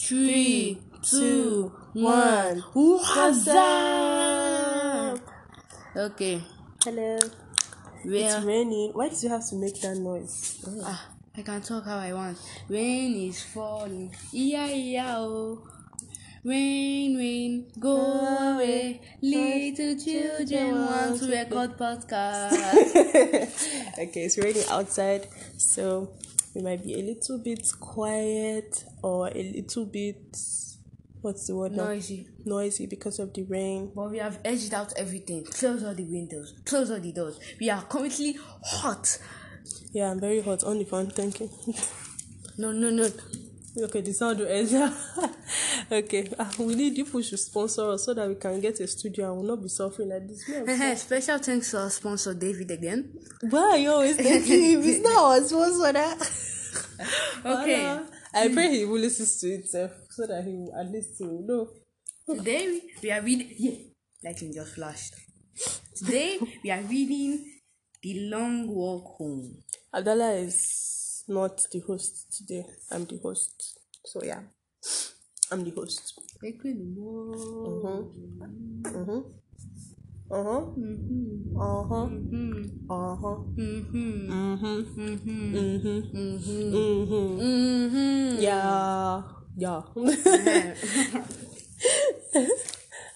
three, two, one. What's up? Okay, Hello. we It's are. raining. Why did you have to make that noise? Oh. Ah, I can talk how I want. Rain is falling. Yeah, yeah, oh. Rain, rain, go away. Little children want to record podcast. okay, it's raining outside, so we might be a little bit quiet or a little bit what's the word now? Noisy. Noisy because of the rain. But we have edged out everything. Close all the windows. Close all the doors. We are currently hot. Yeah, I'm very hot on the phone. Thank you. No, no, no. okay, the sound will end. okay, uh, we need you to sponsor us so that we can get a studio and will not be suffering like this. Me, I'm Special thanks to our sponsor David again. Why are you always thanking him? It's not our sponsor that. Okay. Voila. I pray he will listen to it uh, so that he will at least he will know. Today we- we are reading. Yeah, lightning just flashed. Today we are reading the long walk home. Abdallah is not the host today. I'm the host. So yeah. I'm the host. Mm-hmm. Mm-hmm. Uh-huh. Uh-huh. Uh-huh. Mm-hmm. Mm-hmm. Mm-hmm. Mm-hmm. Yeah. Yeah.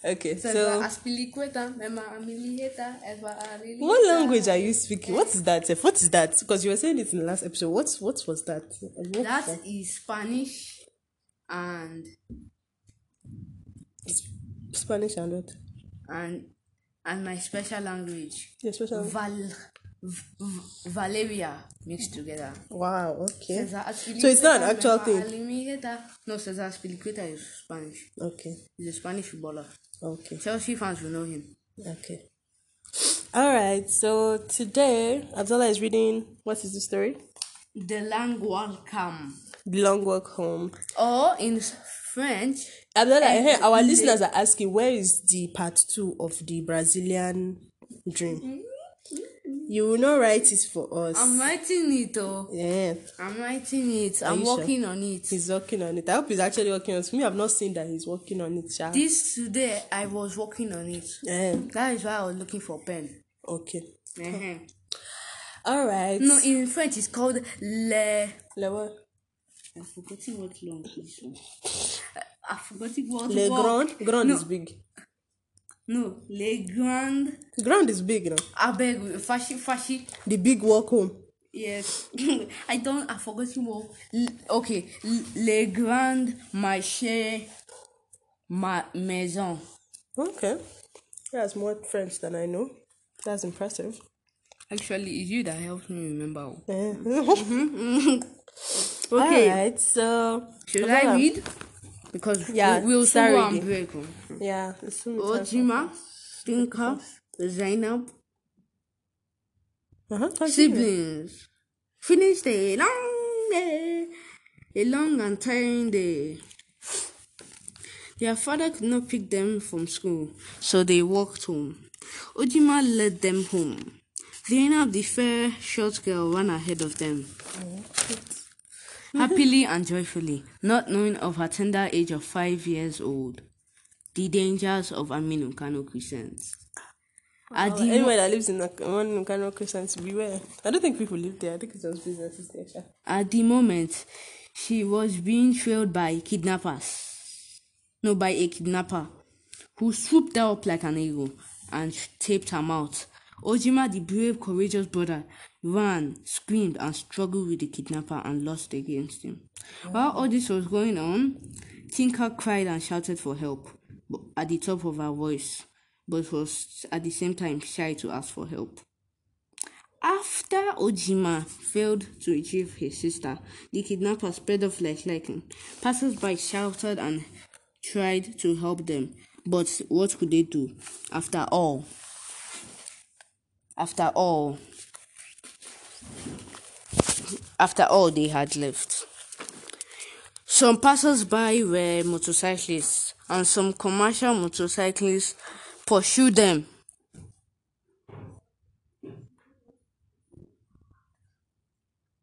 okay, so What language are you speaking? What is that? What is that? Because you were saying it in the last episode. What what was that? What That is Spanish and Spanish and what? and and my special language Your special- Val v- v- Valeria mixed together. Wow. Okay. Cesar So it's not an Azpilicueta, actual Mema thing. Alimieta. No, Cesar Azpilicueta is Spanish. Okay. He's a Spanish footballer. Okay. Chelsea fans will know him. Okay. All right. So today, Abdullah is reading. What is the story? The Lang Welcome. The long walk home. Or in French, Abdullah, And eh, our the- listeners are asking, where is the part two of the Brazilian dream? Mm-hmm. You will not write it for us. I'm writing it. Oh, yeah. I'm writing it. I'm you sure? working on it. He's working on it. I hope he's actually working on it. Me, I've not seen that he's working on it. Sha. This today, I was working on it. Eh, That is why I was looking for pen. okay. Mhm. All right. No, in French, it's called le. Le, what? I forgot what long is. I forgot what. Le word. grand. Grand No. is big. No, le grand. Grand is big now. I beg, fashi, fashi. The big walk home. Yes, I don't. I forgot what. L- okay, l- le grand marché, ma maison. Okay. That's more French than I know. That's impressive. Actually, it's you that helped me remember. Eh. Okay, All right. So. should Abdullah. I read? Because Yeah, we, we'll soon start go and reading. break. oh. Yeah. it's soon time for- Ojima, Tinka, Zainab, Uh-huh. continue. siblings. Finish the long day, a long and tiring day. Their father could not pick them from school, so they walked home. Ojima led them home. Zainab, the fair, short girl, ran ahead of them. Happily and joyfully, not knowing of her tender age of five years old, the dangers of Aminu Kano Crescent. At the Anyone Oh, that lives in a, one Kano Crescent, beware. I don't think people live there. I think it's just businesses there. sha. At the moment, she was being trailed by kidnappers. No, by a kidnapper who swooped her up like an eagle and taped her mouth. Ojima, the brave, courageous brother, ran, screamed, and struggled with the kidnapper and lost against him. While all this was going on, Tinka cried and shouted for help but at the top of her voice, but was at the same time shy to ask for help. After Ojima failed to retrieve his sister, the kidnapper spread off like lightning. Passers-by shouted and tried to help them, but what could they do? After all, after all, after all they had left. Some passers-by were motorcyclists, and some commercial motorcyclists pursued them.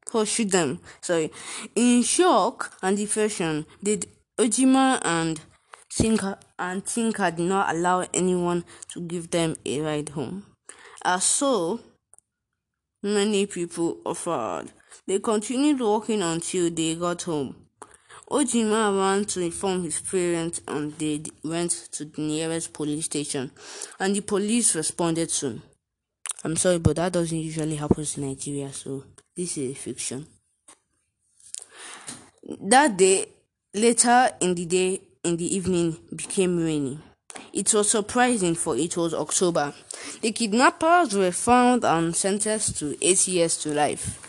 Pursue them. Sorry. In shock and depression, they d- Ojima and Tinka and Tinka did not allow anyone to give them a ride home. As so many people offered. They continued walking until they got home. Ojima ran to inform his parents and they d- went to the nearest police station and the police responded soon. I'm sorry, but that doesn't usually happen in Nigeria, so this is a fiction. That day, later in the day, in the evening, became rainy. It was surprising for it was October. The kidnappers were found and sentenced to eight years to life.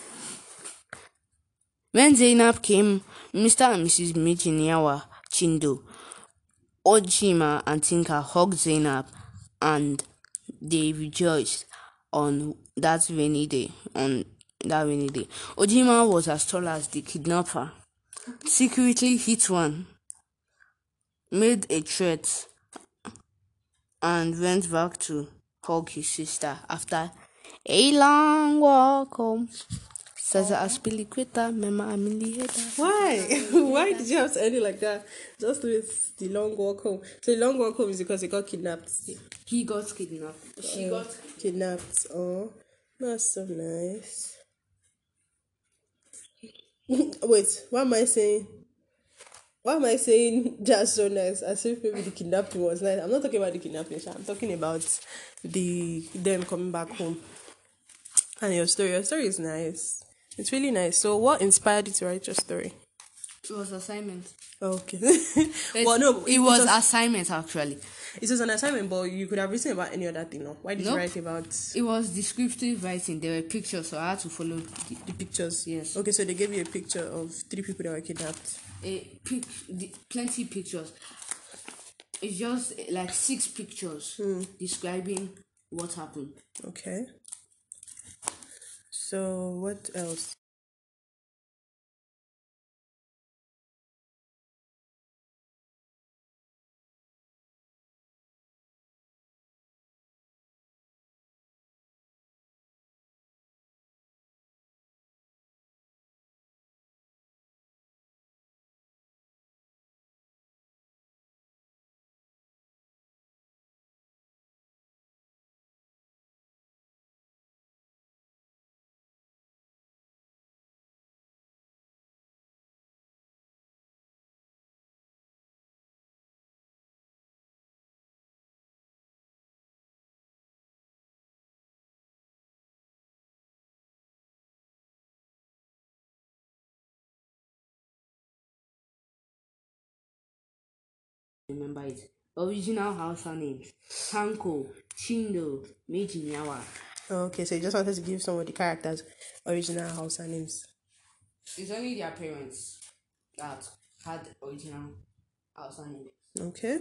When Zainab came, Mr. and Mrs. Mijiniawa Chindo, Ojima and Tinka hugged Zainab and they rejoiced on that rainy day. On that rainy day, Ojima was as tall as the kidnapper, secretly hit one, made a threat, and went back to hug his sister after a long walk home. Says Aspiliqueta, Mema Amilieta. Why? Why did you have to end it like that? Just with the long walk home. So the long walk home is because he got kidnapped. He got kidnapped. She got Kidnapped. Oh, that's so nice. Wait, what am I saying? Why am I saying that's so nice? As if maybe the kidnapping was nice. I'm not talking about the kidnapping. sha. I'm talking about the them coming back home. And your story, your story is nice. It's really nice. So, what inspired you to write your story? It was assignment. Okay. well, no, it, was assignment actually. It was an assignment, but you could have written about any other thing. No? Why did Nope. you write about It was descriptive writing. There were pictures, so I had to follow the, the pictures? Yes. Okay, so they gave you a picture of three people that were kidnapped. a pic, the, plenty pictures. It's just eh, like six pictures describing what happened. Okay. So what else? Remember it. Original house names: Tanko, Chindo, Mijinyawa. Okay, so you just wanted to give some of the characters original Hausa names. It's only their parents that had original house names. Okay.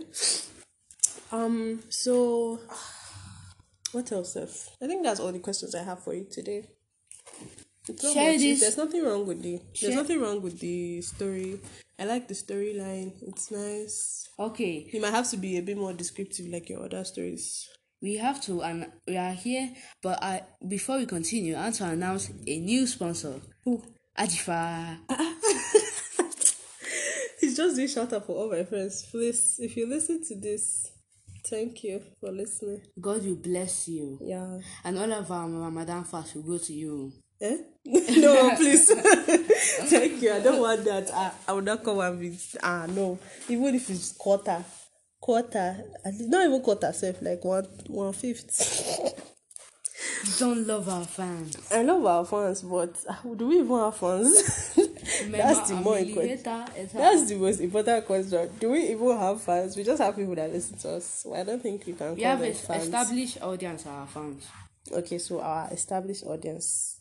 Um. So, what else? Seth? I think that's all the questions I have for you today. It's not Share much. this- There's nothing wrong with the. There's Share- nothing wrong with the story. I like the storyline. It's nice. Okay, You might have to be a bit more descriptive, like your other stories. We have to, and we are here. But I, before we continue, I want to announce a new sponsor, Ooh. Adifa. It's just doing shout out for all my friends. Please, if you listen to this, thank you for listening. God will bless you, Yeah. and all of our Ramadan fast will go to you. Eh? no, please. Thank you. I don't want that. I, I will not come and be. Ah, no. Even if it's quarter, quarter, at least- not even quarter, self, like one one fifth. Don't love our fans. I love our fans, but ah, do we even have fans? That's the Remember, more I'm a important. leader, it's a- That's the most important question. Do we even have fans? We just have people that listen to us. Well, I don't think we can. We call have them es- fans. established audience, our fans. okay so our established audience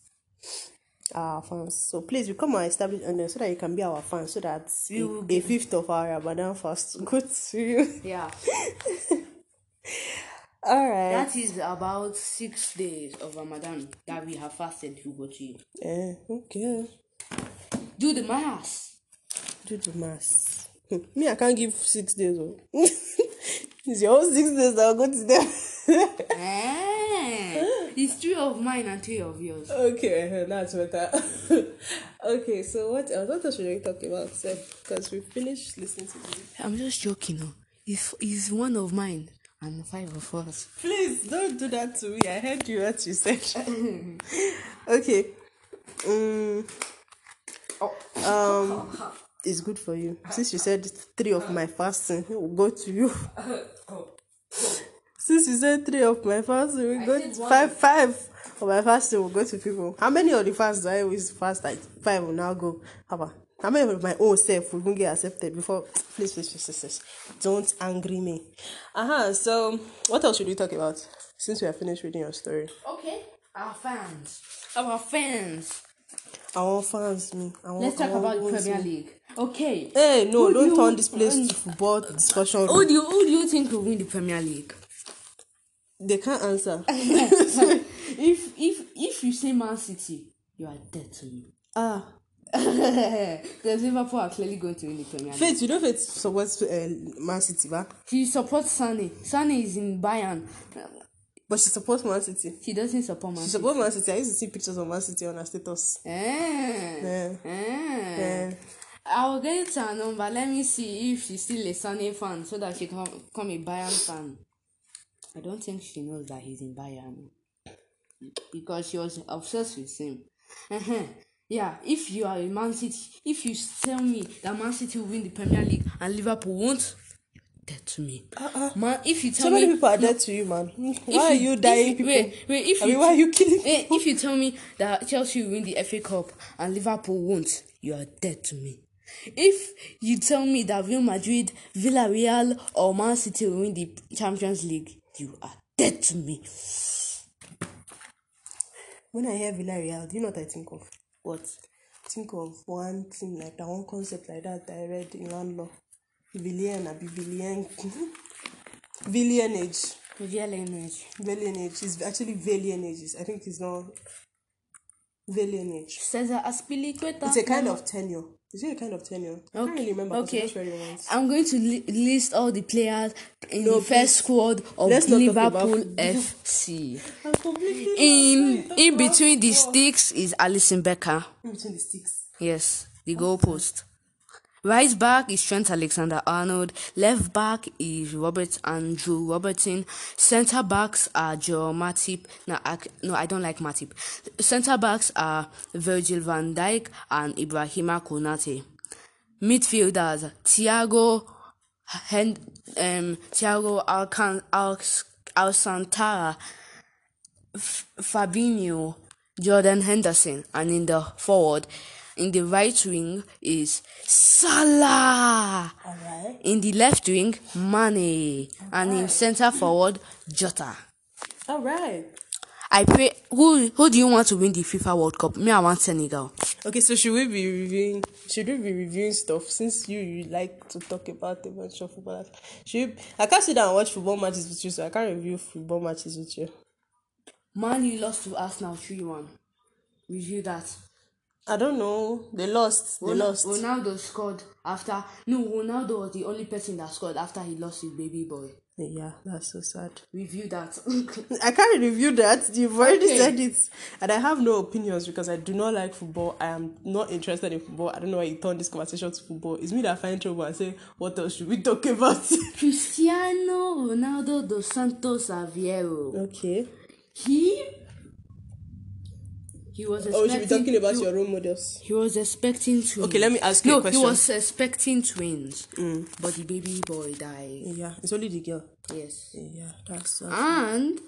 our fans so please become our established audience so that you can be our fans so that We a- will a fifth of our ramadan fast will go to you Yeah, all right that is about six days of Ramadan that we have fasted. Who go to you? Eh, okay Do the mass. do the mass Hmm, me i can't give six days oh. it's your own six days that will go to them Eh, it's three of mine and three of yours. okay eh, that's better Okay, so what else? What else should we talk about? Because we finished listening to music. I'm just joking. Oh. It's, it's one of mine and five of us. Please don't do that to me. I heard you what you said. okay. Mm, um, it's good for you. Since you said three of my fasting will go to you. Since you said three of my fasting will go to five, five of my fasting will go to people. How many of the fast do I always fast? Like five will now go. How about? How many of my own self will even get accepted before? Please, please, please, please, please. don't angry me. Uh huh. So, what else should we talk about since we have finished reading your story? Okay. Our fans. Our fans. Our fans, me. Our, Let's talk our about the ones, Premier me. League. Okay. Hey, Who no, do don't you- Oh. turn this place to football discussion. Eh, Who do you, who do you think will win the Premier League? They can't answer. if if if you say Man City, you are dead to me. ah, Because Liverpool are clearly going to win the Premier League. Faith, you know Faith supports uh, Man City, ba? She supports Sane. Sane is in Bayern. but she supports Man City. She doesn't support Man She City. supports Man City. I used to see pictures of Man City on her status. Eh, Yeah. eh. Yeah. I'll get her number. Let me see if she's still a Sane fan so that she can become a Bayern fan. I don't think she knows that he's in Bayern because she was obsessed with him. Uh-huh. Yeah, if you are a Man City, if you tell me that Man City will win the Premier League and Liverpool won't, you're dead to me. Uh-uh. Man, if you tell So many me people are dead to you, man. if Why are you if dying, people? Wait, wait, if I mean, why are you killing Wait, Eh, if you tell me that Chelsea will win the FA Cup and Liverpool won't, you are dead to me. If you tell me that Real Madrid, Villarreal, or Man City will win the Champions League, you are dead to me. When I hear Villarreal, do you know what I think of? What? Think of one thing like that, one concept like that that I read in Landlaw. Villian, I'll be Villian. Villianage. Villarreal, Villianage. It's actually Villianage. I think it's not Villianage. Cesar Aspilicueta. It's a kind of tenure. Is it a kind of tenure? I can't really remember. 'cause I just read it Okay. once. I'm going to li- list all the players in No, the first squad of Let's not talk about Liverpool football. FC. I'm completely In lost. Wait, in talk about between the football. sticks is Alison Becker. In between the sticks. Yes, the goalpost. Right back is Trent Alexander Arnold. Left back is Robert Andrew Robertson. Center backs are Joe Matip. No, I, no, I don't like Matip. Center backs are Virgil van Dijk and Ibrahima Konate. Midfielders Thiago Hen, um, Thiago Alcan, Al, Alcantara, F- Fabinho, Jordan Henderson, and in the forward, in the right wing is Salah. Alright. In the left wing, Mane, and in centre forward, Jota. Alright. I pray. Who who do you want to win the FIFA World Cup? Me, I want Senegal. Okay, so should we be reviewing? Should we be reviewing stuff since you, you like to talk about a bunch of footballers? Should we, I can't sit down and watch football matches with you, so I can't review football matches with you. Man, you lost to Arsenal three one. Review that. I don't know. They lost. They Ron- lost. Ronaldo scored after. No, Ronaldo was the only person that scored after he lost his baby boy. Yeah, that's so sad. Review that. I can't review that. You've already Okay. said it, and I have no opinions because I do not like football. I am not interested in football. I don't know why you turned this conversation to football. It's me that find trouble and say, "What else should we talk about?" Cristiano Ronaldo dos Santos Aveiro. okay. He. He was Oh, we should be expecting. talking about he, your role models. he was expecting twins. Okay, let me ask you no, a question. Mm. he was expecting twins, but the baby boy died. Yeah, it's only the girl. Yes. Yeah, that's uh, And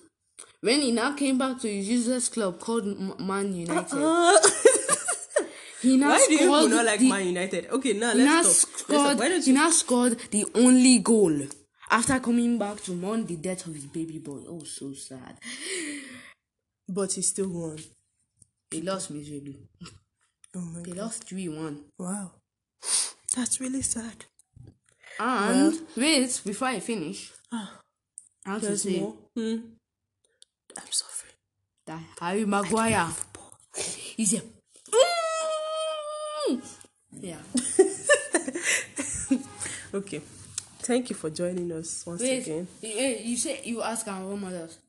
when he now came back to his useless club called M- Man United, he now Uh-uh. Ah. Why do you people scored not like the Man United? Okay, now He now let's talk. Let's scored. talk. Why don't he you? now scored the only goal after coming back to mourn the death of his baby boy. Oh, so sad. But he still won. He lost miserably. Oh my He lost three one. Wow, that's really sad. And wait, before I finish, Ah, I want to there's say more. Hmm. I'm sorry. that Harry Maguire is a. Yeah. Okay, thank you for joining us once Wait. again. eh, You say you ask our role models.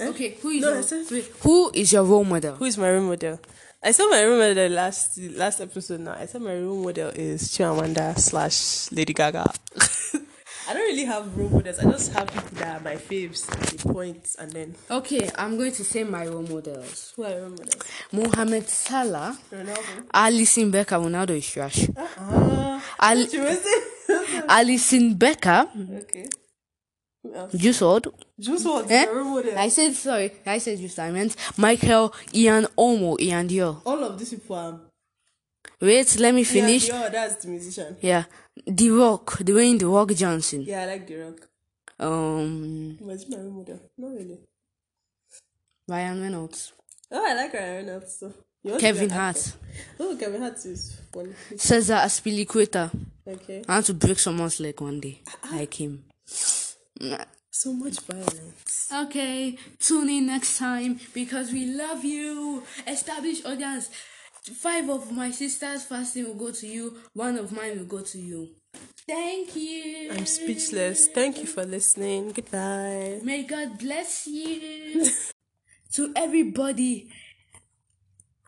Okay, who is No, I your said- wait, who is your role model? Who is my role model? I saw my role model last last episode now. I saw my role model is Chiwamanda slash Lady Gaga. I don't really have role models. I just have people that are my faves. The points and then Okay, I'm going to say my role models. who are role models? Mohamed Salah, Ronaldo. Alison Becker, Ronaldo is trash. Ah. Al- She was saying- Alison Becker, okay. Who else? Jusod. Juice was Eh? my role model. I said sorry. I said Jusod. I meant Michael Ian Omo Ian Dior. All of these people are Wait, let me finish. Yeah, that's the musician. Yeah, The Rock, the Dwayne The Rock Johnson. Yeah, I like The Rock. Um, Was it my role model? Not really. Ryan Reynolds, Oh, I like Ryan Reynolds. So. He wants to be Kevin an actor. Hart, Oh, Kevin Hart is funny. Cesar Aspilicueta. Okay. I want to break someone's leg one day, like him. So much violence. Okay, tune in next time because we love you. Established audience. Five of my sisters fasting will go to you. One of mine will go to you. Thank you. I'm speechless. Thank you for listening. Goodbye. May God bless you. to everybody,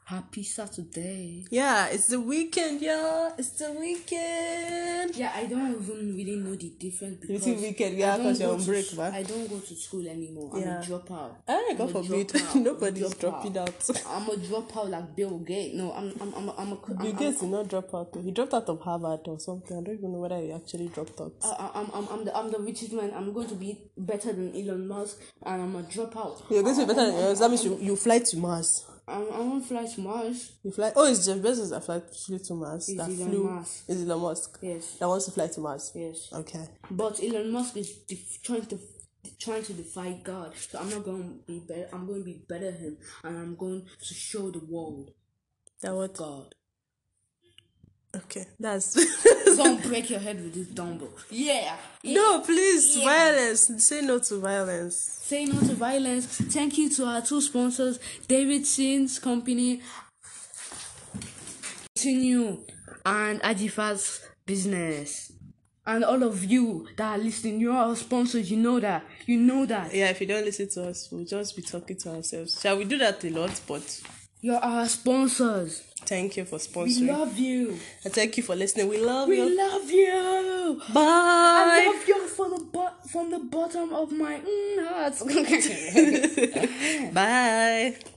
happy Saturday. Yeah, it's the weekend, y'all. It's the weekend. Yeah, I don't even really know the difference because see weekend, I yeah, don't 'cause you're go on to break, s- man. I don't go to school anymore. Yeah. I'm a dropout. Ah, I'm God a forbid. dropout. I'm a Nobody's dropping out. I'm a dropout like Bill Gates. No, I'm I'm I'm a, I'm a Bill I'm, Gates did not drop out. though. He dropped out of Harvard or something. I don't even know whether he actually dropped out. I- I'm, I'm, I'm, the, I'm the richest man. I'm going to be better than Elon Musk, and I'm a dropout. You're going to be better than yours. That means you, you fly to Mars. I, I won't fly to Mars. You fly. Oh, it's Jeff Bezos that fly- flew to Mars. It's that Elon flew. Musk. Is Elon Musk? Yes. That wants to fly to Mars. Yes. Okay. But Elon Musk is def- trying to trying to defy God. So I'm not going to be better. I'm going to be better than him, and I'm going to show the world That what? God. Okay. That's. Don't break your head with this dumbbell. Yeah. yeah. no, please. Yeah. Violence. Say no to violence. Say no to violence. Thank you to our two sponsors, David Sin's company, Continue, and Ajifa's business. And all of you that are listening, you are our sponsors. You know that. You know that. Yeah, if you don't listen to us, we'll just be talking to ourselves. Shall we do that a lot? But You're our sponsors. thank you for We sponsoring. love you. and thank you for listening. We love We you. love you. I Bye. love you from the bo- from the bottom of my mm, heart. Bye.